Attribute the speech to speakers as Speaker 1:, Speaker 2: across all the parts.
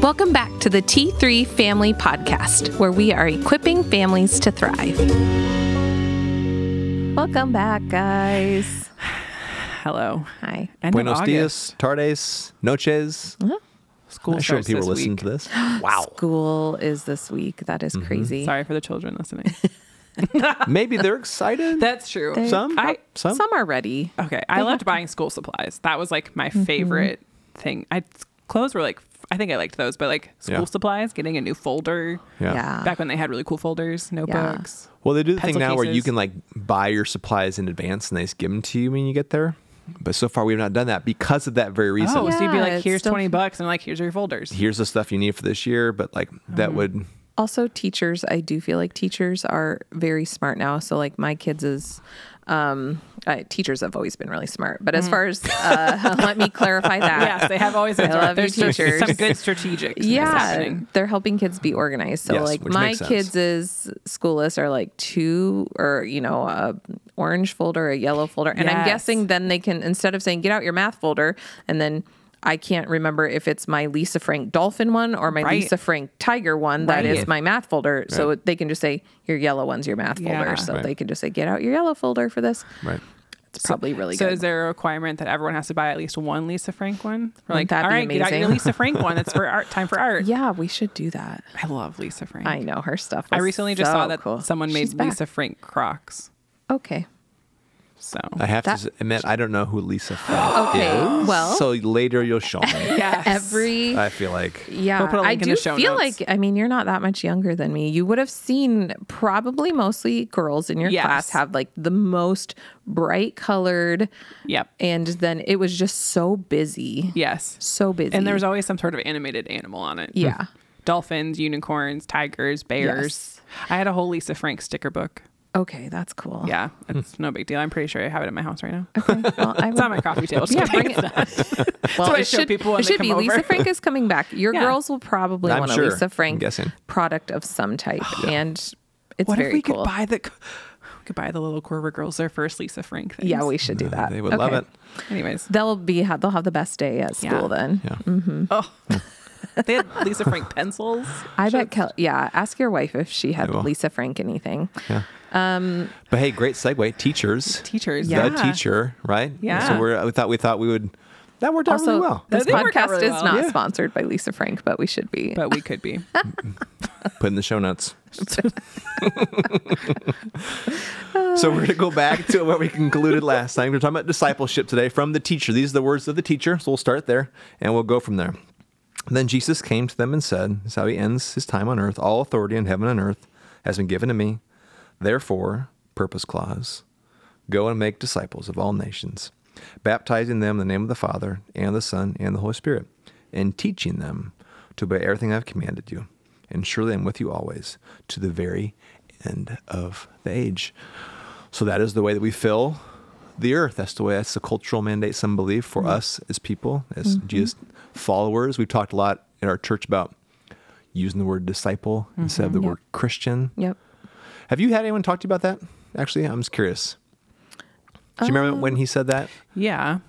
Speaker 1: Welcome back to the T3 Family Podcast, where we are equipping families to thrive. Welcome back, guys.
Speaker 2: Hello.
Speaker 1: Hi.
Speaker 2: End of
Speaker 3: Buenos dias,
Speaker 2: August.
Speaker 3: tardes, noches.
Speaker 2: School
Speaker 3: Not sure if
Speaker 2: starts
Speaker 3: people
Speaker 2: this
Speaker 3: listen
Speaker 2: week.
Speaker 3: to this.
Speaker 1: School is this week. That is crazy.
Speaker 2: Sorry for the children listening.
Speaker 3: Maybe they're excited.
Speaker 2: That's true.
Speaker 1: They-
Speaker 3: some,
Speaker 2: uh, I-
Speaker 3: some.
Speaker 1: Some are ready.
Speaker 2: Okay, I loved buying school supplies. That was like my
Speaker 1: Mm-hmm.
Speaker 2: favorite thing. I clothes were like f- I think I liked those, but like school
Speaker 3: Yeah.
Speaker 2: supplies, getting a new folder.
Speaker 3: Yeah.
Speaker 1: Yeah.
Speaker 2: Back when they had really cool folders, notebooks.
Speaker 3: Well, they do the
Speaker 2: Pencil
Speaker 3: thing now where you
Speaker 2: cases.
Speaker 3: can like buy your supplies in advance and they just give them to you when you get there. But so far, we've not done that because of that very reason.
Speaker 2: Oh, so you'd be
Speaker 1: Yeah,
Speaker 2: like,
Speaker 1: it's
Speaker 2: "Here's
Speaker 1: still-
Speaker 2: twenty bucks," and like, "Here's your folders."
Speaker 3: Here's the stuff you need for this year, but like
Speaker 2: Mm-hmm.
Speaker 3: that would
Speaker 1: Also, teachers, I do feel like teachers are very smart now. So, like, my kids is, um, uh, teachers have always been really smart. But as far as, uh, let me clarify that.
Speaker 2: Yes, they have always. been
Speaker 1: I
Speaker 2: smart.
Speaker 1: love you,
Speaker 2: There's some-
Speaker 1: teachers.
Speaker 2: Some good strategic. things
Speaker 1: yeah
Speaker 2: happening.
Speaker 1: they're helping kids be organized so
Speaker 3: Yes,
Speaker 1: like
Speaker 3: which
Speaker 1: my
Speaker 3: makes sense.
Speaker 1: kids is school lists are like two or you know a orange folder a yellow folder and i'm
Speaker 2: Yes.
Speaker 1: guessing then they can instead of saying get out your math folder and then I can't remember if it's my Lisa Frank dolphin one or my
Speaker 2: Right.
Speaker 1: Lisa Frank tiger one. That
Speaker 2: Right.
Speaker 1: is my math folder. So they can just say, Your yellow one's your math
Speaker 2: Yeah.
Speaker 1: folder. So
Speaker 3: Right.
Speaker 1: they can just say, Get out your yellow folder for this.
Speaker 3: right.
Speaker 1: It's probably really
Speaker 2: So
Speaker 1: good.
Speaker 2: is there a requirement that everyone has to buy at least one Lisa Frank one? We're
Speaker 1: Wouldn't
Speaker 2: like,
Speaker 1: that
Speaker 2: all
Speaker 1: be
Speaker 2: right, get out your
Speaker 1: amazing?"
Speaker 2: Lisa Frank one. That's for art time for art.
Speaker 1: yeah, we should do that.
Speaker 2: I love Lisa Frank.
Speaker 1: I know her stuff.
Speaker 2: I
Speaker 1: is
Speaker 2: recently just
Speaker 1: so
Speaker 2: saw that
Speaker 1: cool.
Speaker 2: someone made
Speaker 1: She's back.
Speaker 2: Lisa Frank Crocs.
Speaker 1: Okay.
Speaker 2: So
Speaker 3: I have
Speaker 1: That-
Speaker 3: to s- admit, I don't know who Lisa Frank
Speaker 1: Okay,
Speaker 3: is.
Speaker 1: well-
Speaker 3: so later you'll show me.
Speaker 2: Oh, yes.
Speaker 1: Every
Speaker 3: I feel like
Speaker 1: Yeah,
Speaker 2: We'll put a
Speaker 1: I
Speaker 2: link in
Speaker 1: do
Speaker 2: the show
Speaker 1: feel
Speaker 2: notes.
Speaker 1: like I mean you're not that much younger than me. You would have seen probably mostly girls in your
Speaker 2: Yes.
Speaker 1: class have like the most bright colored,
Speaker 2: Yep.
Speaker 1: and then it was just so busy,
Speaker 2: Yes.
Speaker 1: so busy.
Speaker 2: And there was always some sort of animated animal on it.
Speaker 1: yeah,
Speaker 2: Dolphins, unicorns, tigers, bears. I had a whole Lisa Frank sticker book.
Speaker 1: okay, that's cool.
Speaker 2: Yeah. It's no big deal. I'm pretty sure I have it at my house right now.
Speaker 1: Okay, well, I
Speaker 2: It's on my coffee table.
Speaker 1: yeah, bring it.
Speaker 2: It's not-
Speaker 1: Well,
Speaker 2: what I
Speaker 1: it
Speaker 2: show
Speaker 1: should,
Speaker 2: people when
Speaker 1: it
Speaker 2: they
Speaker 1: should be
Speaker 2: come
Speaker 1: Lisa
Speaker 2: over.
Speaker 1: Frank is coming back. Your
Speaker 2: Yeah.
Speaker 1: girls will probably
Speaker 3: I'm
Speaker 1: want a
Speaker 3: sure.
Speaker 1: Lisa
Speaker 3: I'm
Speaker 1: Frank
Speaker 3: guessing.
Speaker 1: product of some type, and it's
Speaker 2: what
Speaker 1: very
Speaker 2: if we
Speaker 1: cool.
Speaker 2: could buy the we could buy the little Corver girls their first Lisa Frank thing?
Speaker 1: yeah, we should do that.
Speaker 3: they would love it.
Speaker 2: Anyways.
Speaker 1: They'll be they'll have the best day at
Speaker 2: Yeah.
Speaker 1: school then.
Speaker 3: Yeah.
Speaker 2: Oh. they had Lisa Frank pencils.
Speaker 1: I bet Kel- yeah, ask your wife if she had
Speaker 3: I will.
Speaker 1: Lisa Frank anything.
Speaker 3: Yeah. but hey, great segue. Teachers,
Speaker 2: Teachers.
Speaker 3: the
Speaker 2: Yeah.
Speaker 3: teacher, right?
Speaker 2: Yeah.
Speaker 3: So we're, we thought we thought we would. That worked out
Speaker 1: Also,
Speaker 3: really well.
Speaker 1: this
Speaker 2: They work out
Speaker 1: podcast
Speaker 2: really
Speaker 1: is
Speaker 2: well.
Speaker 1: not
Speaker 3: Yeah.
Speaker 1: sponsored by Lisa Frank, but we should be.
Speaker 2: But we could be.
Speaker 3: Put in the show notes. so we're going to go back to what we concluded last time. We're talking about discipleship today from the teacher. These are the words of the teacher. So we'll start there and we'll go from there. Then Jesus came to them and said, This is how he ends his time on earth. All authority in heaven and earth has been given to me. Therefore, purpose clause, go and make disciples of all nations, baptizing them in the name of the Father and the Son and the Holy Spirit, and teaching them to obey everything I've commanded you. And surely I'm with you always to the very end of the age. So that is the way that we fill the earth. That's the way. That's the cultural mandate. Some believe for us as people, as Jesus followers. We've talked a lot in our church about using the word disciple instead of the
Speaker 1: Yeah.
Speaker 3: word Christian.
Speaker 1: Yep.
Speaker 3: Have you had anyone talk to you about that? Actually, I'm just curious. Do you remember when he said that?
Speaker 2: Yeah.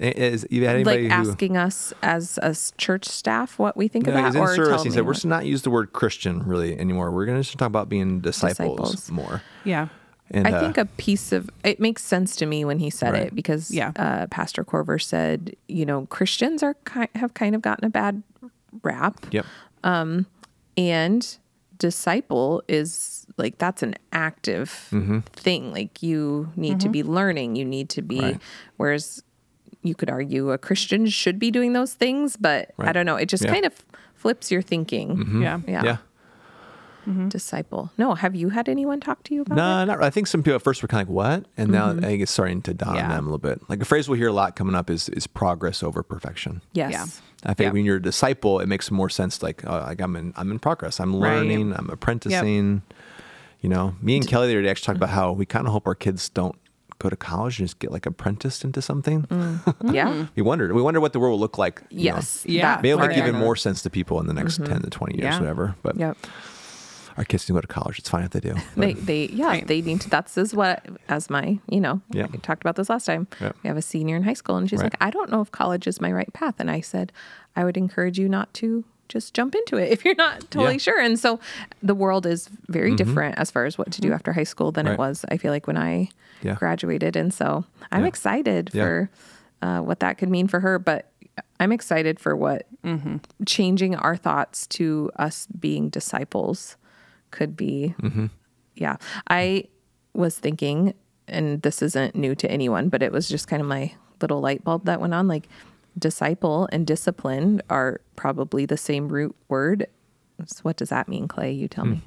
Speaker 3: I- Is you had
Speaker 1: Um,
Speaker 3: anybody
Speaker 1: like
Speaker 3: who
Speaker 1: asking us as as church staff what we think
Speaker 3: No,
Speaker 1: about
Speaker 3: he's in
Speaker 1: or
Speaker 3: service.
Speaker 1: tell
Speaker 3: He
Speaker 1: me
Speaker 3: said we're
Speaker 1: what-
Speaker 3: just not use the word Christian really anymore. We're going to just talk about being disciples,
Speaker 1: Disciples.
Speaker 3: more.
Speaker 2: Yeah.
Speaker 3: And
Speaker 1: I
Speaker 3: uh,
Speaker 1: think a piece of it makes sense to me when he said
Speaker 3: Right.
Speaker 1: it because
Speaker 2: Yeah.
Speaker 1: uh, Pastor Corver said, you know, Christians are ki- have kind of gotten a bad rap.
Speaker 3: yep.
Speaker 1: and disciple is like that's an active
Speaker 3: Mm-hmm.
Speaker 1: thing like you need to be learning you need to be
Speaker 3: Right.
Speaker 1: whereas you could argue a christian should be doing those things but i
Speaker 3: Right.
Speaker 1: don't know it just
Speaker 3: Yeah. Mm-hmm.
Speaker 1: kind of flips your thinking
Speaker 3: Hmm?
Speaker 2: Yeah.
Speaker 1: yeah,
Speaker 3: yeah.
Speaker 1: disciple no have you had anyone talk to you about
Speaker 3: No, not. really. I think some people at first were kind of like, "What?" And now
Speaker 1: Mm-hmm.
Speaker 3: I think it's starting to dawn on
Speaker 2: Yeah.
Speaker 3: them a little bit. Like a phrase we'll hear a lot coming up is is progress over perfection.
Speaker 1: it yes
Speaker 2: Yeah.
Speaker 3: I think
Speaker 2: Yeah.
Speaker 3: when you're a disciple, it makes more sense. Like, oh, like I'm in, I'm in progress. I'm learning. I'm apprenticing. You know, me and Kelly the other day actually talked
Speaker 1: Mm.
Speaker 3: about how we kind of hope our kids don't go to college and just get like apprenticed into something.
Speaker 1: yeah
Speaker 3: We wondered. We wonder what the world will look like. you know.
Speaker 1: Mm. yes
Speaker 2: Yeah.
Speaker 1: that
Speaker 3: Mm. Maybe it'll
Speaker 1: part.
Speaker 3: make even more sense to people in the next 10 to 20 years,
Speaker 2: Yeah.
Speaker 3: whatever. But
Speaker 1: yep
Speaker 3: our kids can go to college. It's fine if they do.
Speaker 1: they
Speaker 3: But
Speaker 1: they yeah
Speaker 2: Right.
Speaker 1: they need to that's is what as my you know
Speaker 3: Yeah.
Speaker 1: I talked about this last time
Speaker 3: Yeah.
Speaker 1: we have a senior in high school and she's
Speaker 3: Right.
Speaker 1: like i don't know if college is my right path and i said i would encourage you not to just jump into it if you're not totally
Speaker 3: Yeah. Mm-hmm.
Speaker 1: sure. And so the world is very different as far as what to do after high school than
Speaker 3: Right.
Speaker 1: it was, I feel like, when I
Speaker 3: Yeah.
Speaker 1: graduated. And so I'm
Speaker 3: Yeah.
Speaker 1: excited
Speaker 3: Yeah.
Speaker 1: for uh, what that could mean for her. But I'm excited for what
Speaker 3: Mm-hmm.
Speaker 1: changing our thoughts to us being disciples could be.
Speaker 3: Mm-hmm.
Speaker 1: Yeah. I was thinking, and this isn't new to anyone, but it was just kind of my little light bulb that went on like, disciple and discipline are probably the same root word. So what does that mean, Clay? You tell me.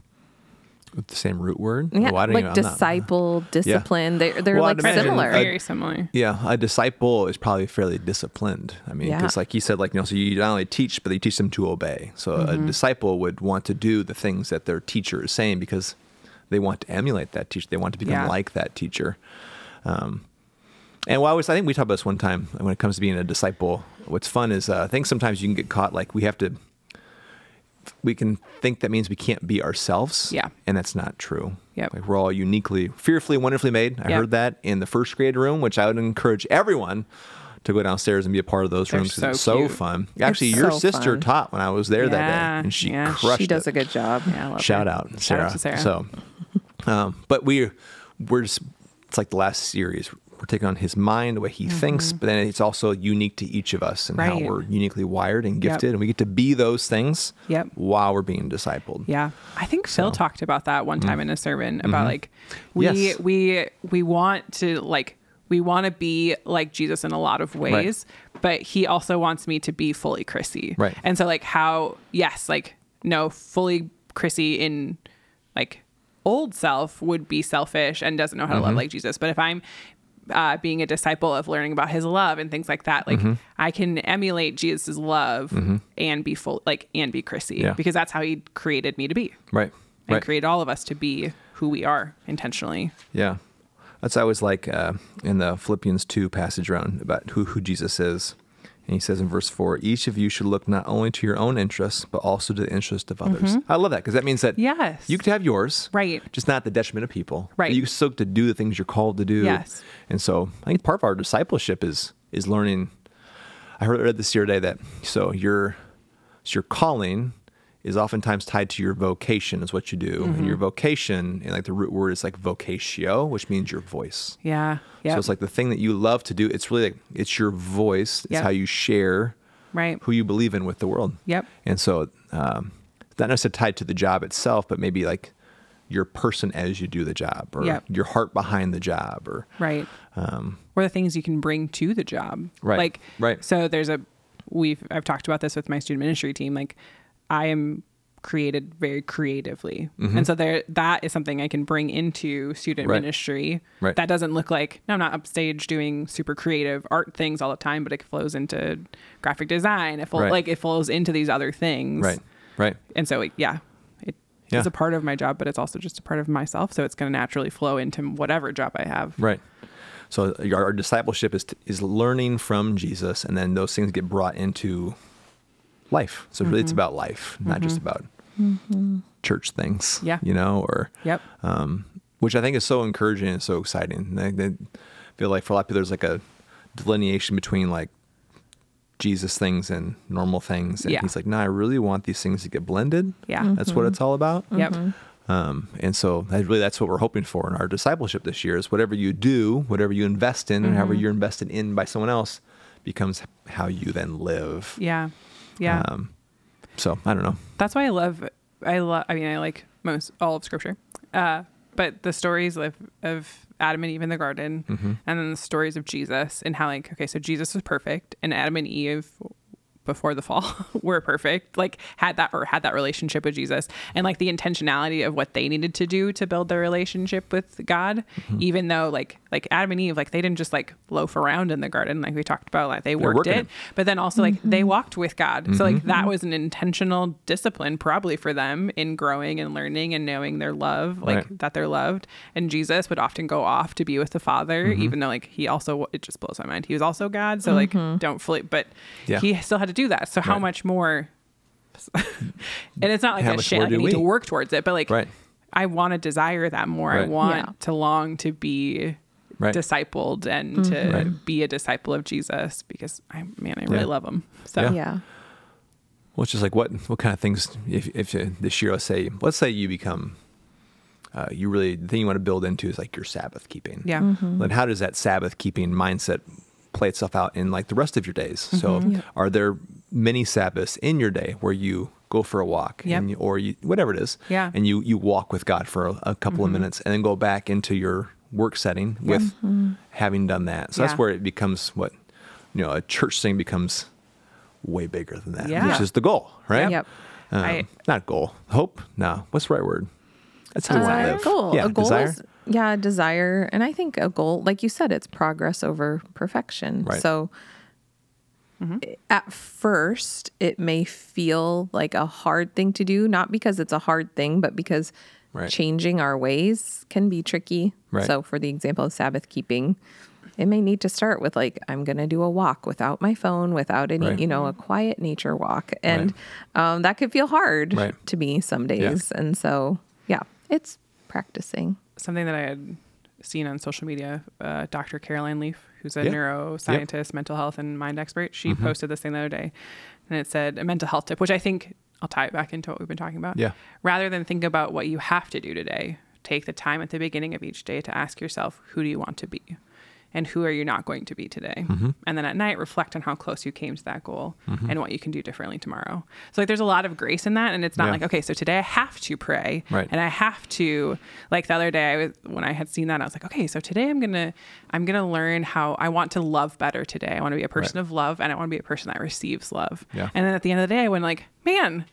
Speaker 3: With the same root word.
Speaker 1: Yeah,
Speaker 3: Oh, Hmm. I don't
Speaker 1: like
Speaker 3: even- I'm not-
Speaker 1: disciple, discipline. They're they're
Speaker 3: Well, I'd
Speaker 1: like
Speaker 3: imagine
Speaker 1: similar.
Speaker 3: a-
Speaker 2: Very similar.
Speaker 3: Yeah, a disciple is probably fairly disciplined. I mean,
Speaker 1: Yeah.
Speaker 3: because like you said, like you know, so you not only teach, but you teach them to obey. So
Speaker 2: Mm-hmm.
Speaker 3: a disciple would want to do the things that their teacher is saying because they want to emulate that teacher. They want to become
Speaker 2: Yeah.
Speaker 3: like that teacher. Um, and while I was, I think we talked about this one time when it comes to being a disciple. What's fun is uh, I think sometimes you can get caught like we have to. We can think that means we can't be ourselves.
Speaker 2: Yeah.
Speaker 3: and that's not true.
Speaker 2: Yep.
Speaker 3: like we're all uniquely, fearfully, wonderfully made. I
Speaker 2: Yep.
Speaker 3: heard that in the first grade room, which I would encourage everyone to go downstairs and be a part of those
Speaker 2: They're
Speaker 3: rooms 'cause
Speaker 2: so
Speaker 3: it's so
Speaker 2: cute.
Speaker 3: fun. Actually, your
Speaker 1: so
Speaker 3: sister
Speaker 1: fun.
Speaker 3: taught when I was there that
Speaker 2: Yeah,
Speaker 3: day, and she
Speaker 2: yeah. She
Speaker 3: crushed
Speaker 1: she does
Speaker 3: it.
Speaker 1: a good job.
Speaker 2: Yeah, I love
Speaker 3: Shout
Speaker 2: her.
Speaker 3: out, Sarah.
Speaker 2: Shout out to Sarah.
Speaker 3: So, um, but we we're just it's like the last series. We're taking on his mind, the way he thinks, but then it's also unique to each of us and how
Speaker 2: Mm-hmm. Right.
Speaker 3: we're uniquely wired and gifted,
Speaker 2: Yep.
Speaker 3: and we get to be those things
Speaker 2: Yep.
Speaker 3: while we're being discipled.
Speaker 2: Yeah. I think Phil talked about that one time in a sermon about like we
Speaker 3: Hmm. Mm-hmm. Yes.
Speaker 2: we we want to like we want to be like Jesus in a lot of ways, but he also wants me to be fully Chrissy.
Speaker 3: Right.
Speaker 2: And so like how yes, like no, fully Chrissy in like old self would be selfish and doesn't know how to
Speaker 3: Mm-hmm.
Speaker 2: love like Jesus. But if I'm uh, being a disciple of learning about his love and things like that, like
Speaker 3: Mm-hmm.
Speaker 2: I can emulate Jesus' love and be full, like and be Chrissy
Speaker 3: Yeah.
Speaker 2: because that's how he created me to be
Speaker 3: Right.
Speaker 2: and
Speaker 3: right.
Speaker 2: created all of us to be who we are intentionally.
Speaker 3: Yeah. That's always like uh, in the Philippians 2 passage around about who, who Jesus is. And he says in verse 4 each of you should look not only to your own interests, but also to the interest of others. I love that because that means that
Speaker 2: Mm-hmm. Yes.
Speaker 3: you could have yours,
Speaker 2: Right.
Speaker 3: Just not at the detriment of people.
Speaker 2: Right.
Speaker 3: You still get to do the things you're called to do.
Speaker 2: Yes.
Speaker 3: And so I think part of our discipleship is is learning. I heard read this the other day that so your so your calling is oftentimes tied to your vocation is what you do
Speaker 2: Mm-hmm.
Speaker 3: and your vocation and like the root word is like vocatio which means your voice
Speaker 2: Yeah. Yeah.
Speaker 3: so it's like the thing that you love to do it's really like it's your voice it's
Speaker 2: Yep.
Speaker 3: how you share
Speaker 2: right.
Speaker 3: who you believe in with the world
Speaker 2: Yep.
Speaker 3: and so um, it's not necessarily tied to the job itself but maybe like your person as you do the job or
Speaker 2: Yep.
Speaker 3: your heart behind the job or
Speaker 2: right or the things you can bring to the job
Speaker 3: Um, Right,
Speaker 2: like
Speaker 3: right.
Speaker 2: so there's a we've i've talked about this with my student ministry team like i am created very creatively and so there that is something i can bring into student
Speaker 3: Mm-hmm. Right.
Speaker 2: ministry
Speaker 3: Right.
Speaker 2: that doesn't look like no i'm not upstage doing super creative art things all the time but it flows into graphic design it flows
Speaker 3: Right.
Speaker 2: like it flows into these other things
Speaker 3: right right
Speaker 2: and so it, yeah it is
Speaker 3: Yeah.
Speaker 2: a part of my job but it's also just a part of myself so it's going to naturally flow into whatever job i have
Speaker 3: Right. So our our discipleship is is learning from Jesus, and then those things get brought into life. So really,
Speaker 2: Mm-hmm.
Speaker 3: it's about life, not just about church things.
Speaker 2: Yeah.
Speaker 3: You know, or
Speaker 2: yep
Speaker 3: um, which I think is so encouraging and so exciting. And I, I feel like for a lot of people, there's like a delineation between like Jesus things and normal things, and
Speaker 2: Yeah. Mm-hmm.
Speaker 3: he's like, no, I really want these things to get blended.
Speaker 2: Yeah.
Speaker 3: That's what it's all about.
Speaker 2: Yep.
Speaker 3: Um, and so that really that's what we're hoping for in our discipleship this year is whatever you do, whatever you invest in, and however you're invested in by someone else becomes how you then live.
Speaker 2: Yeah. Yeah.
Speaker 3: Um, so I don't know.
Speaker 2: That's why I love I love I mean I like most all of scripture. Uh but the stories of, of Adam and Eve in the garden
Speaker 3: Mm-hmm.
Speaker 2: and then the stories of Jesus and how like okay so Jesus was perfect and Adam and Eve before the fall were perfect like had that or had that relationship with Jesus and like the intentionality of what they needed to do to build their relationship with God
Speaker 3: Mm-hmm.
Speaker 2: even though like like Adam and Eve like they didn't just like loaf around in the garden like we talked about like they worked
Speaker 3: working
Speaker 2: it
Speaker 3: it.
Speaker 2: but then also like
Speaker 3: Mm-hmm.
Speaker 2: they walked with God. So like that was an intentional discipline probably for them in growing and learning and knowing their love, like
Speaker 3: Right.
Speaker 2: that they're loved. And Jesus would often go off to be with the Father,
Speaker 3: Mm-hmm.
Speaker 2: even though like he also it just blows my mind. He was also God, so like don't fully, but
Speaker 3: Mm-hmm. Yeah.
Speaker 2: he still had to do that. So how
Speaker 3: Right.
Speaker 2: much more? and it's not like
Speaker 3: How
Speaker 2: a
Speaker 3: much
Speaker 2: shame
Speaker 3: more
Speaker 2: like I
Speaker 3: do
Speaker 2: need to
Speaker 3: we?
Speaker 2: work towards it, but like
Speaker 3: Right.
Speaker 2: I want to desire that more. I
Speaker 3: Right.
Speaker 2: want
Speaker 1: Yeah.
Speaker 2: to long to be
Speaker 3: Right. Mm-hmm.
Speaker 2: discipled and to be a disciple of Jesus because I man, I really
Speaker 3: Yeah.
Speaker 2: love him. So
Speaker 3: Yeah.
Speaker 1: Yeah.
Speaker 3: Well, Well, it's just like what what kind of things if if uh, this year let's say let's say you become uh, you really the thing you want to build into is like your Sabbath keeping.
Speaker 2: Yeah.
Speaker 3: Then how does that Sabbath keeping mindset play itself out in like the rest of your days? So are there many Sabbaths in your day where you go for a walk
Speaker 2: Yep.
Speaker 3: and you, or you, whatever it is,
Speaker 2: Yeah. Mm-hmm.
Speaker 3: and you you walk with God for a, a couple of minutes and then go back into your work setting with having done that. So
Speaker 2: Yeah.
Speaker 3: that's where it becomes what you know a church thing becomes way bigger than that,
Speaker 2: Yeah.
Speaker 3: which is the goal, right?
Speaker 1: Yep.
Speaker 3: Um,
Speaker 2: I-
Speaker 3: not goal. Hope? No. What's the right word? That's how I
Speaker 1: Desire.
Speaker 3: live.
Speaker 1: Goal.
Speaker 3: Yeah,
Speaker 1: a goal
Speaker 3: desire.
Speaker 1: is yeah, desire. And I think a goal, like you said, it's progress over perfection.
Speaker 3: Right.
Speaker 1: So at first it may feel like a hard thing to do, not because it's a hard thing, but because
Speaker 3: Right.
Speaker 1: changing our ways can be tricky.
Speaker 3: Right.
Speaker 1: So for the example of Sabbath keeping, it may need to start with like, I'm gonna do a walk without my phone, without any,
Speaker 3: Right.
Speaker 1: you know, a quiet nature walk. And um, that could feel hard
Speaker 3: Right.
Speaker 1: to me some days. And so, yeah, it's practicing.
Speaker 2: something that I had seen on social media, uh, Dr. Caroline Leaf, who's a
Speaker 3: Yeah. Mm-hmm.
Speaker 2: neuroscientist, mental health, and mind expert, she posted this thing the other day, and it said a mental health tip, which I think I'll tie it back into what we've been talking about.
Speaker 3: Yeah.
Speaker 2: Rather than think about what you have to do today, take the time at the beginning of each day to ask yourself, who do you want to be? And who are you not going to be today?
Speaker 3: Mm-hmm.
Speaker 2: And then at night, reflect on how close you came to that goal and what you can do differently tomorrow. So, like, there's a lot of grace in that. And it's not
Speaker 3: Yeah.
Speaker 2: like, okay, so today I have to pray
Speaker 3: Right.
Speaker 2: and I have to like the other day I was when I had seen that I was like, okay, so today I'm gonna I'm gonna learn how I want to love better today. I want to be a person
Speaker 3: Right.
Speaker 2: of love and I want to be a person that receives love.
Speaker 3: Yeah.
Speaker 2: And then at the end of the day I went like, man,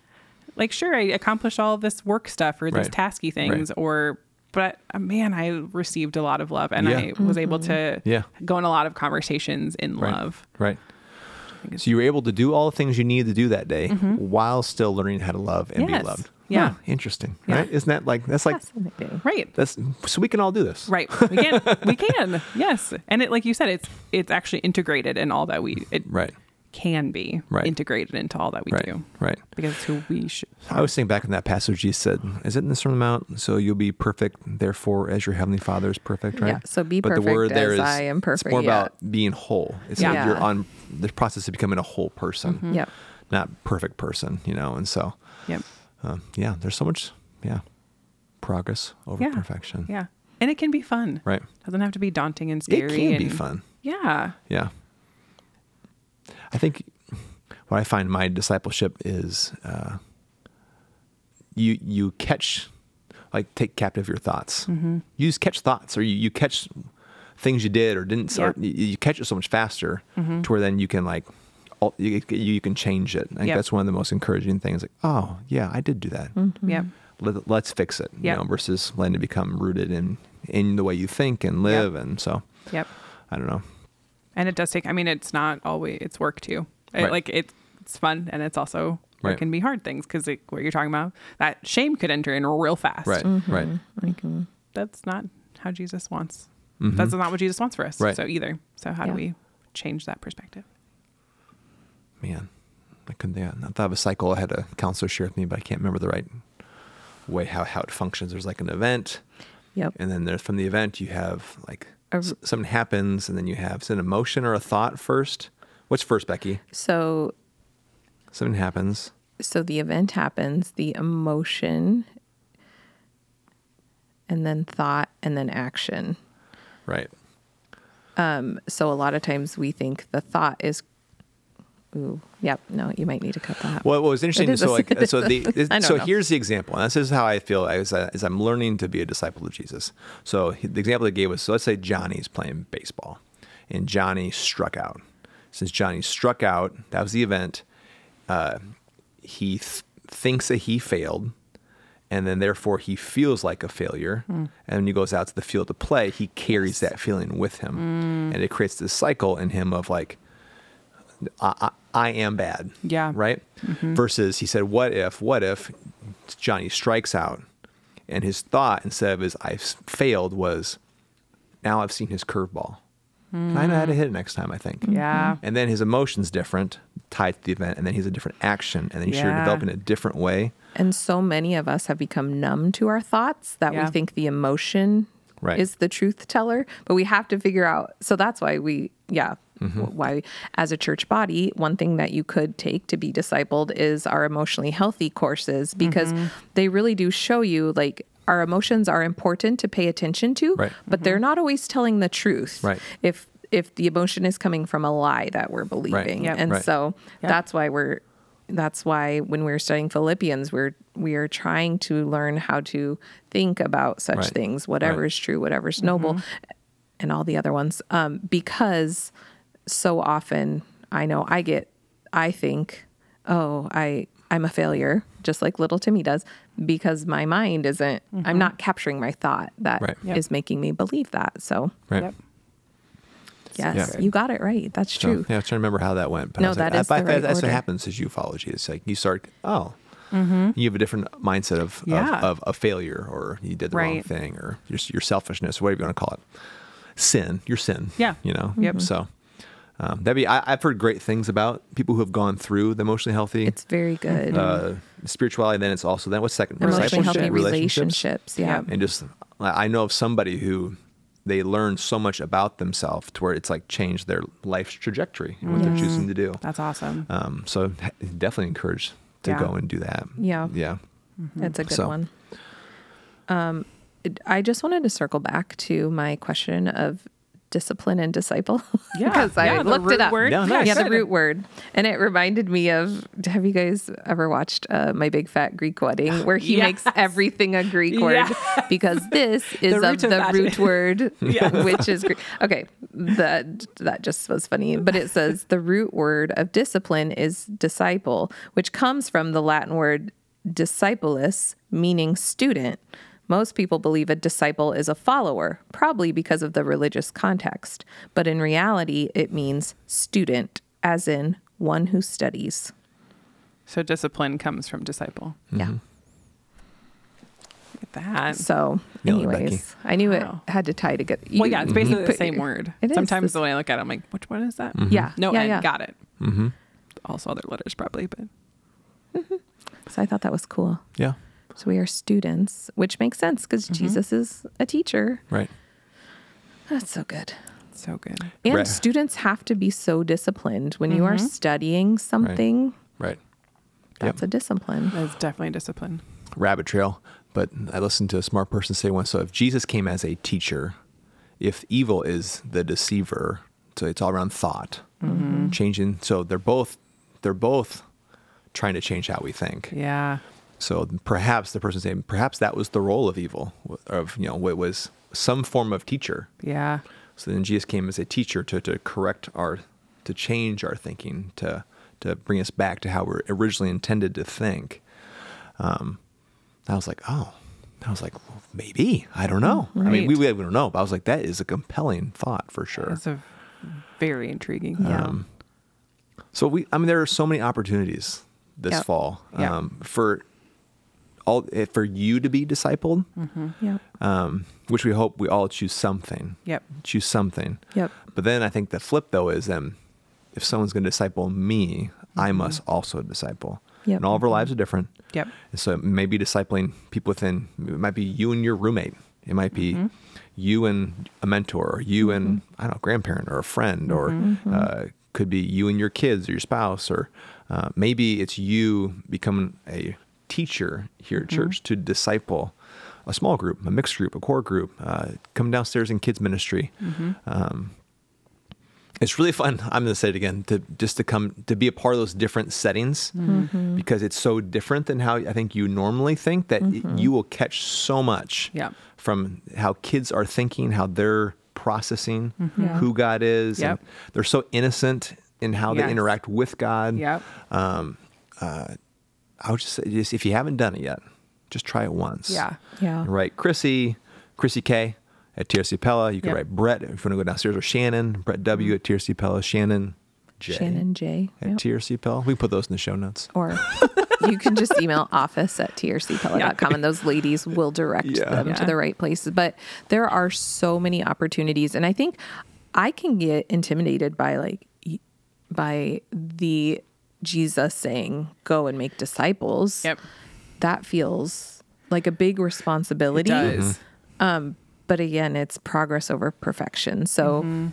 Speaker 2: like sure I accomplished all this work stuff or these
Speaker 3: Right.
Speaker 2: tasky things
Speaker 3: Right.
Speaker 2: or but uh, man, I received a lot of love and
Speaker 3: Yeah.
Speaker 2: I was able to
Speaker 3: Yeah.
Speaker 2: go in a lot of conversations in
Speaker 3: Right.
Speaker 2: love.
Speaker 3: Right. So you were able to do all the things you needed to do that day while still learning how to love and
Speaker 2: Mm-hmm. Yes.
Speaker 3: be loved.
Speaker 2: Yeah.
Speaker 3: Huh, interesting.
Speaker 2: Yeah.
Speaker 3: Right? Isn't that like that's like
Speaker 1: Fascinating.
Speaker 2: Right.
Speaker 3: that's so we can all do this.
Speaker 2: Right. We can. we can. Yes. And it like you said, it's it's actually integrated in all that we it
Speaker 3: Right.
Speaker 2: can be
Speaker 3: Right.
Speaker 2: integrated into all that we
Speaker 3: Right.
Speaker 2: do
Speaker 3: Right.
Speaker 2: because it's who we should.
Speaker 3: I was thinking back in that passage you said, is it in the Sermon on the Mount? So you'll be perfect, therefore, as your heavenly father is perfect, right?
Speaker 1: Yeah, so be
Speaker 3: but the
Speaker 1: perfect
Speaker 3: word there
Speaker 1: as
Speaker 3: is
Speaker 1: I am
Speaker 3: It's
Speaker 1: perfect,
Speaker 3: more
Speaker 1: yeah.
Speaker 3: about being whole. It's
Speaker 2: Yeah.
Speaker 3: like you're
Speaker 1: Yeah. Mm-hmm.
Speaker 3: on the process of becoming a whole person.
Speaker 1: Yep.
Speaker 3: Not perfect person, you know. And so
Speaker 2: Yep.
Speaker 3: um, yeah, there's so much yeah. Progress over
Speaker 2: Yeah.
Speaker 3: perfection.
Speaker 2: Yeah. And it can be fun.
Speaker 3: Right.
Speaker 2: Doesn't have to be daunting and
Speaker 3: It
Speaker 2: scary.
Speaker 3: can be
Speaker 2: and-
Speaker 3: fun.
Speaker 2: Yeah.
Speaker 3: Yeah. I think what I find my discipleship is uh, you you catch like take captive your thoughts.
Speaker 2: Mm-hmm.
Speaker 3: You just catch thoughts, or you, you catch things you did or didn't, or
Speaker 2: Yeah. Mm-hmm.
Speaker 3: you, you catch it so much faster to where then you can like al- you, you can change it. I think
Speaker 2: Yep.
Speaker 3: that's one of the most encouraging things. Like, oh yeah, I did do that.
Speaker 2: Yep.
Speaker 3: Let, let's fix it.
Speaker 2: Yep.
Speaker 3: You know, versus letting it become rooted in in the way you think and live, and so
Speaker 2: Yep.
Speaker 3: I don't know.
Speaker 2: And it does take. I mean, it's not always. It's work too. It,
Speaker 3: Right.
Speaker 2: Like it, it's fun and it's also
Speaker 3: Right.
Speaker 2: it can be hard things because what you're talking about that shame could enter in real fast.
Speaker 3: Right, right.
Speaker 2: That's not how Jesus wants. That's not what Jesus wants for us.
Speaker 3: Mm-hmm. Right.
Speaker 2: So either. So how
Speaker 1: Yeah.
Speaker 2: do we change that perspective?
Speaker 3: man, I couldn't think. Of, I thought of a cycle. I had a counselor share with me, but I can't remember the right way how how it functions. There's like an event,
Speaker 1: Yep.
Speaker 3: and then there from the event you have like
Speaker 1: A-
Speaker 3: s- something happens, and then you have is it an emotion or a thought first. What's first, Becky?
Speaker 1: So
Speaker 3: Something happens.
Speaker 1: so the event happens, the emotion and then thought and then action.
Speaker 3: Right.
Speaker 1: So a lot of times we think the thought is ooh, yep, no, you might need to cut that.
Speaker 3: Well, what was interesting.
Speaker 1: is a-
Speaker 3: so, like,
Speaker 1: it is
Speaker 3: so
Speaker 1: a-
Speaker 3: the
Speaker 1: I don't
Speaker 3: so
Speaker 1: know.
Speaker 3: here's the example. And this is how I feel as, I, as I'm learning to be a disciple of Jesus. So he- the example they gave was so let's say Johnny's playing baseball, and Johnny struck out. Since Johnny struck out, that was the event. Uh, he th- thinks that he failed. And then, therefore, he feels like a failure. And when he goes out to the field to play, he carries that feeling with him. And it creates this cycle in him of like, I, I, I am bad.
Speaker 2: Yeah.
Speaker 3: Right? Versus he said, what if, what if Johnny strikes out? And his thought instead of his I've failed was, now I've seen his curveball. And I know how to hit it next time, I think.
Speaker 2: Yeah.
Speaker 3: And then his emotion's different, tied to the event, and then he's a different action, and then you should
Speaker 2: Yeah.
Speaker 3: develop in a different way.
Speaker 1: And so many of us have become numb to our thoughts that
Speaker 2: Yeah.
Speaker 1: we think the emotion
Speaker 3: Right.
Speaker 1: is the truth teller, but we have to figure out. So that's why we, yeah,
Speaker 3: Mm-hmm.
Speaker 1: Why, as a church body, one thing that you could take to be discipled is our emotionally healthy courses because
Speaker 2: Mm-hmm.
Speaker 1: they really do show you like our emotions are important to pay attention to,
Speaker 3: Right.
Speaker 1: but
Speaker 2: Mm-hmm.
Speaker 1: they're not always telling the truth.
Speaker 3: Right.
Speaker 1: If if the emotion is coming from a lie that we're believing,
Speaker 2: Yep.
Speaker 1: and
Speaker 3: Right.
Speaker 1: so
Speaker 2: Yep.
Speaker 1: that's why we're that's why when we're studying Philippians, we're we are trying to learn how to think about such
Speaker 3: Right.
Speaker 1: things, whatever
Speaker 3: Right. Mm-hmm.
Speaker 1: is true, whatever is noble, and all the other ones. Um, because so often I know I get, I think, oh, I I'm a failure, just like little Timmy does, because my mind isn't. I'm not capturing my thought that is
Speaker 3: Mm-hmm. Right. Yep.
Speaker 1: making me believe that. So
Speaker 3: Right.
Speaker 2: Yep.
Speaker 1: yes,
Speaker 3: good.
Speaker 1: you got it right. That's
Speaker 3: So,
Speaker 1: true.
Speaker 3: yeah, I was trying to remember how that went. But
Speaker 1: No,
Speaker 3: I was like,
Speaker 1: that is
Speaker 3: I- I-
Speaker 1: the right
Speaker 3: That's
Speaker 1: order. Mm-hmm.
Speaker 3: what happens as ufology. It's like you start, oh, you have a different mindset of,
Speaker 2: Yeah.
Speaker 3: of, of a failure or you did the wrong
Speaker 2: Right.
Speaker 3: thing or your, your selfishness, whatever you want to call it. Sin, your sin.
Speaker 2: Yeah.
Speaker 3: You know?
Speaker 1: Mm-hmm.
Speaker 2: Yep.
Speaker 3: So um, that'd be, I, I've heard great things about people who have gone through the emotionally healthy
Speaker 1: It's very good.
Speaker 3: uh, spirituality. Then it's also, then what's second?
Speaker 1: Emotionally
Speaker 3: Discipleship,
Speaker 1: healthy relationships. Yeah.
Speaker 3: and just I I know of somebody who they learn so much about themselves to where it's like changed their life's trajectory and what they're choosing to do.
Speaker 2: That's awesome.
Speaker 3: Um, so h- definitely encouraged to
Speaker 2: Yeah.
Speaker 3: go and do that.
Speaker 1: Yeah.
Speaker 3: Yeah.
Speaker 1: That's a good
Speaker 3: So-
Speaker 1: one. Um, it- I just wanted to circle back to my question of discipline and disciple.
Speaker 2: Yeah.
Speaker 1: because I
Speaker 2: Yeah, the
Speaker 1: looked
Speaker 2: root
Speaker 1: it up.
Speaker 2: word.
Speaker 3: No, nice.
Speaker 1: Yeah, the
Speaker 2: good.
Speaker 1: root word, and it reminded me of. Have you guys ever watched uh, My Big Fat Greek Wedding, where he
Speaker 2: Yes.
Speaker 1: makes everything a Greek word
Speaker 2: Yes.
Speaker 1: because this is
Speaker 2: The
Speaker 1: of
Speaker 2: root of
Speaker 1: the
Speaker 2: that
Speaker 1: root
Speaker 2: is-
Speaker 1: word, which is Greek. Okay, that that just was funny, but it says the root word of discipline is disciple, which comes from the Latin word discipulus, meaning student. Most people believe a disciple is a follower, probably because of the religious context, but in reality, it means student, as in one who studies.
Speaker 2: So discipline comes from disciple.
Speaker 1: Yeah.
Speaker 2: Look at that.
Speaker 1: So,
Speaker 3: Nailed it,
Speaker 1: anyways, I knew
Speaker 2: Wow.
Speaker 1: it had to tie together.
Speaker 2: well, yeah, it's basically the
Speaker 1: put
Speaker 2: same
Speaker 1: your-
Speaker 2: word.
Speaker 1: Mm-hmm. It is
Speaker 2: Sometimes
Speaker 1: the
Speaker 2: when I look at it, I'm like, which one is that?
Speaker 1: Yeah.
Speaker 2: No,
Speaker 1: yeah,
Speaker 2: and
Speaker 1: yeah.
Speaker 2: got it. Also other letters probably, but
Speaker 1: So I thought that was cool.
Speaker 3: Yeah.
Speaker 1: So we are students, which makes sense because Jesus is a teacher.
Speaker 3: Right.
Speaker 1: That's so good.
Speaker 2: so good.
Speaker 1: And
Speaker 3: Right.
Speaker 1: students have to be so disciplined. When you are studying something,
Speaker 3: Right.
Speaker 1: that's a discipline.
Speaker 2: That's definitely discipline.
Speaker 3: Rabbit trail. But I listened to a smart person say once. So if Jesus came as a teacher, if evil is the deceiver, so it's all around thought, changing. So they're both, they're both trying to change how we think.
Speaker 2: Yeah.
Speaker 3: So perhaps the person saying, perhaps that was the role of evil, of you know, it was some form of teacher.
Speaker 2: Yeah.
Speaker 3: So then Jesus came as a teacher to, to correct our, to change our thinking, to to bring us back to how we are originally intended to think. Um, I was like, oh, I was like, well, maybe I don't know. I mean, we, we don't know, but I was like, that is a compelling thought for sure.
Speaker 2: It's a very intriguing.
Speaker 1: Yeah.
Speaker 3: So we, I mean, there are so many opportunities this
Speaker 1: Yep.
Speaker 3: fall
Speaker 2: Yep.
Speaker 3: um, for all eh, for you to be discipled,
Speaker 1: Yep.
Speaker 3: um, which we hope we all choose something.
Speaker 2: Yep.
Speaker 3: Choose something.
Speaker 1: Yep.
Speaker 3: But then I think the flip though is then if someone's going to disciple me, I must also disciple.
Speaker 1: Yep.
Speaker 3: And all of our lives are different.
Speaker 2: Yep.
Speaker 3: And so maybe discipling people within it might be you and your roommate. It might be you and a mentor, or you and I don't know, grandparent or a friend, or uh, could be you and your kids or your spouse, or uh, maybe it's you becoming a teacher here at church to disciple a small group, a mixed group, a core group. Uh, come downstairs in kids ministry. Um, it's really fun. I'm going to say it again to just to come to be a part of those different settings
Speaker 2: Mm-hmm.
Speaker 3: because it's so different than how I think you normally think that it-
Speaker 2: Mm-hmm.
Speaker 3: you will catch so much
Speaker 2: Yep.
Speaker 3: from how kids are thinking, how they're processing
Speaker 1: Yeah.
Speaker 3: who God is.
Speaker 2: Mm-hmm. Yep.
Speaker 3: And they're so innocent in how
Speaker 2: Yes.
Speaker 3: they interact with God.
Speaker 2: Yep.
Speaker 3: I would just say, just, if you haven't done it yet, just try it once.
Speaker 2: Yeah.
Speaker 1: Yeah.
Speaker 3: And write Chrissy, Chrissy K at TRC Pella. You can
Speaker 2: Yep. Mm-hmm.
Speaker 3: write Brett if you want to go downstairs or Shannon, Brett W at TRC Pella, Shannon J.
Speaker 1: Shannon J.
Speaker 3: at
Speaker 1: Yep.
Speaker 3: TRC Pell. We put those in the show notes.
Speaker 1: or you can just email office at trcpella.com and those ladies will direct
Speaker 3: Yeah.
Speaker 1: them to
Speaker 2: Yeah.
Speaker 1: the right places. But there are so many opportunities. And I think I can get intimidated by like, y- by the Jesus saying, go and make disciples.
Speaker 2: Yep.
Speaker 1: That feels like a big responsibility
Speaker 2: Does.
Speaker 1: but again it's progress over perfection so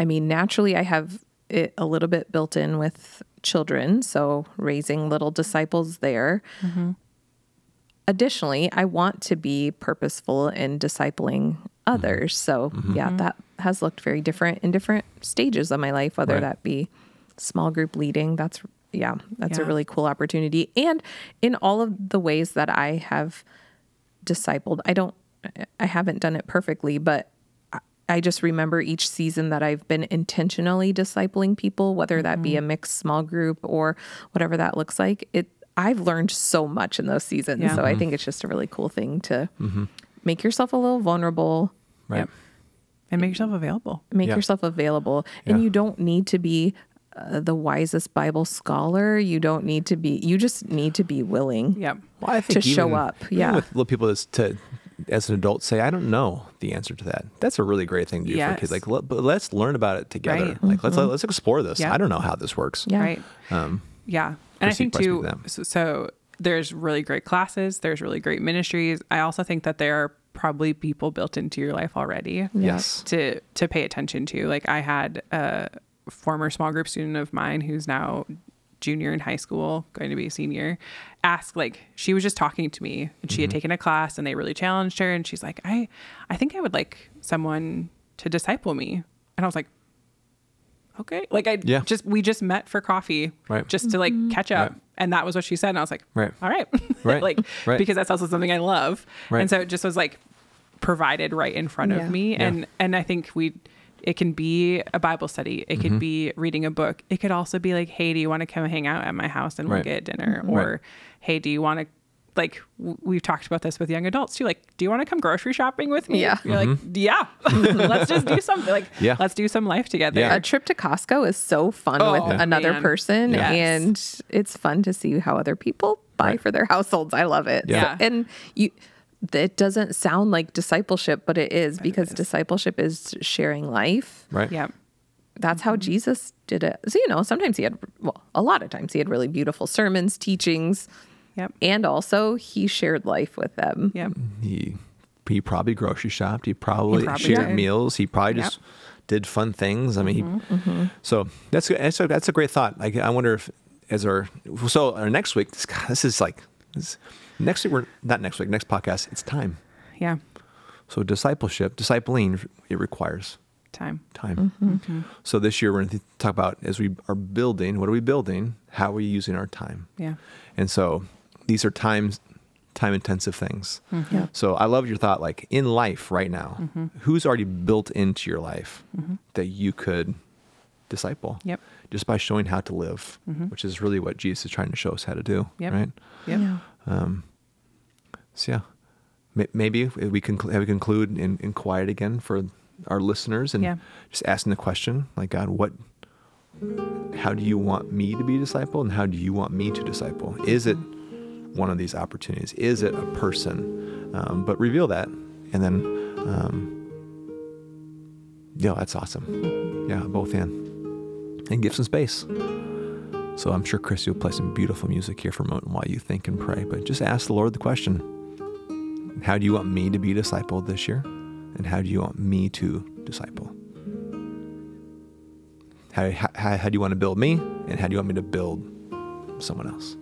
Speaker 1: I mean, naturally, I have it a little bit built in with children, so raising little disciples there. Additionally, I want to be purposeful in discipling others. So, yeah, that has looked very different in different stages of my life, whether
Speaker 3: Right.
Speaker 1: that be small group leading. That's, yeah, that's a
Speaker 2: Yeah.
Speaker 1: really cool opportunity. And in all of the ways that I have discipled. I don't, I haven't done it perfectly, but I- I just remember each season that I've been intentionally discipling people, whether that
Speaker 2: Mm-hmm.
Speaker 1: be a mixed small group or whatever that looks like. It, I've learned so much in those seasons.
Speaker 2: Yeah.
Speaker 1: So I think it's just a really cool thing to make yourself a little vulnerable,
Speaker 3: Right.
Speaker 2: Yep. and make yourself available.
Speaker 1: make
Speaker 3: Yeah.
Speaker 1: yourself available. And
Speaker 3: Yeah.
Speaker 1: you don't need to be uh, the wisest Bible scholar. You don't need to be, you just need to be willing.
Speaker 2: Yep.
Speaker 3: Well, I think
Speaker 1: to show
Speaker 3: even-
Speaker 1: up,
Speaker 3: even
Speaker 1: yeah.
Speaker 3: with little people as to as an adult say, I don't know the answer to that. That's a really great thing to do for
Speaker 2: Yes.
Speaker 3: kids. Like, let, but let's learn about it together.
Speaker 2: Right.
Speaker 3: Like, let's let's explore this.
Speaker 2: Yeah.
Speaker 3: I don't know how this works.
Speaker 1: Mm-hmm. Yeah.
Speaker 2: Right.
Speaker 3: Um,
Speaker 2: Yeah. And I
Speaker 3: Proceed
Speaker 2: think
Speaker 3: by speaking
Speaker 2: too,
Speaker 3: to them.
Speaker 2: so, so there's really great classes, there's really great ministries. I also think that there are probably people built into your life already
Speaker 3: Yes.
Speaker 2: to to pay attention to. Like I had a former small group student of mine who's now junior in high school, going to be a senior, ask like she was just talking to me and she had
Speaker 3: Mm-hmm.
Speaker 2: taken a class and they really challenged her and she's like, I I think I would like someone to disciple me. And I was like, Okay. Like I
Speaker 3: Yeah.
Speaker 2: just we just met for coffee
Speaker 3: Right.
Speaker 2: just to like catch up.
Speaker 3: Right.
Speaker 2: And that was what she said. And I was like,
Speaker 3: Right.
Speaker 2: All right.
Speaker 3: Right.
Speaker 2: like
Speaker 3: Right.
Speaker 2: because that's also something I love.
Speaker 3: Right.
Speaker 2: And so it just was like provided right in front
Speaker 1: Yeah.
Speaker 2: of me.
Speaker 3: Yeah.
Speaker 2: And and I think we it can be a Bible study. It
Speaker 3: Mm-hmm.
Speaker 2: could be reading a book. It could also be like, hey, do you want to come hang out at my house and
Speaker 3: Right. Mm-hmm.
Speaker 2: we'll get dinner? Or
Speaker 3: Right.
Speaker 2: hey, do you want to like w- we've talked about this with young adults too. Like, do you want to come grocery shopping with me?
Speaker 1: Yeah.
Speaker 2: You're like, yeah. let's just do something. Like,
Speaker 3: Mm-hmm. Yeah.
Speaker 2: let's do some life together.
Speaker 3: Yeah.
Speaker 1: a trip to Costco is so fun
Speaker 2: Oh,
Speaker 1: with
Speaker 2: Yeah.
Speaker 1: another
Speaker 2: man.
Speaker 1: person,
Speaker 2: Yeah.
Speaker 1: and it's fun to see how other people buy
Speaker 3: Right.
Speaker 1: for their households. I love it.
Speaker 2: Yeah.
Speaker 1: So- and you, it doesn't sound like discipleship, but it is because
Speaker 2: is.
Speaker 1: discipleship is sharing life.
Speaker 3: Right.
Speaker 2: Yeah.
Speaker 1: That's how
Speaker 2: Mm-hmm.
Speaker 1: Jesus did it. So you know, sometimes he had, well, a lot of times he had really beautiful sermons, teachings,
Speaker 2: Yep.
Speaker 1: and also he shared life with them.
Speaker 2: Yep.
Speaker 3: He he probably grocery shopped. He probably,
Speaker 2: probably
Speaker 3: shared
Speaker 2: did.
Speaker 3: meals. He probably
Speaker 2: Yep. Mm-hmm,
Speaker 3: just did fun things. I mean, he, so that's that's a, that's a great thought. Like, I wonder if as our so our next week. This, God, this is like this, next week. We're not next week. Next podcast. It's time.
Speaker 2: Yeah.
Speaker 3: So discipleship, discipling, it requires
Speaker 2: Time.
Speaker 3: time.
Speaker 2: Mm-hmm.
Speaker 3: So this year we're going to talk about as we are building, what are we building? How are we using our time?
Speaker 2: Yeah.
Speaker 3: And so these are times time intensive things.
Speaker 2: Mm-hmm.
Speaker 1: Yeah.
Speaker 3: So I love your thought like in life right now, who's already built into your life that you could disciple?
Speaker 2: Mm-hmm. Yep. Mm-hmm.
Speaker 3: Just by showing how to live, which is really what Jesus is trying to show us how to do,
Speaker 2: Yep.
Speaker 3: right?
Speaker 2: Yep.
Speaker 1: Yeah.
Speaker 3: So yeah, May- maybe if we can have we conclude in, in quiet again for our listeners and
Speaker 2: Yeah.
Speaker 3: just asking the question like God, what, how do you want me to be a disciple, and how do you want me to disciple? Is it one of these opportunities? Is it a person? Um, but reveal that, and then, um, yeah, that's awesome. Yeah, both in, and give some space. So I'm sure Chris, you'll play some beautiful music here for a moment while you think and pray. But just ask the Lord the question: How do you want me to be discipled this year? And how do you want me to disciple? How, how, how do you want to build me? And how do you want me to build someone else?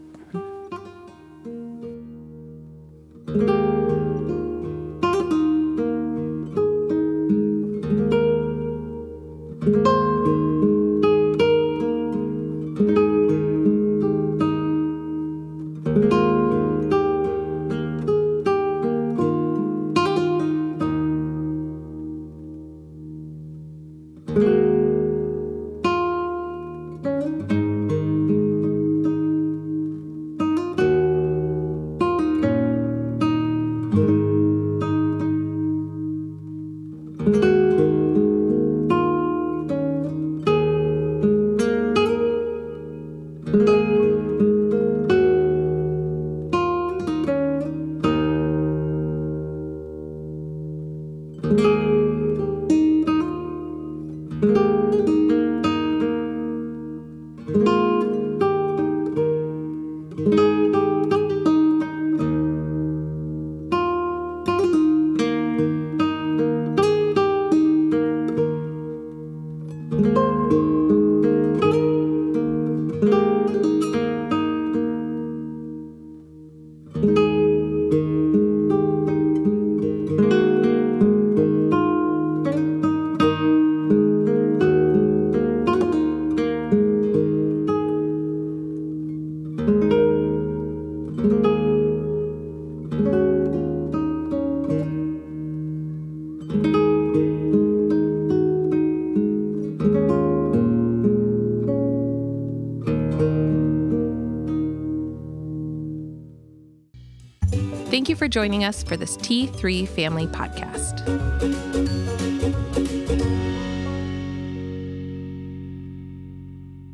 Speaker 1: Thank you for joining us for this T3 Family Podcast.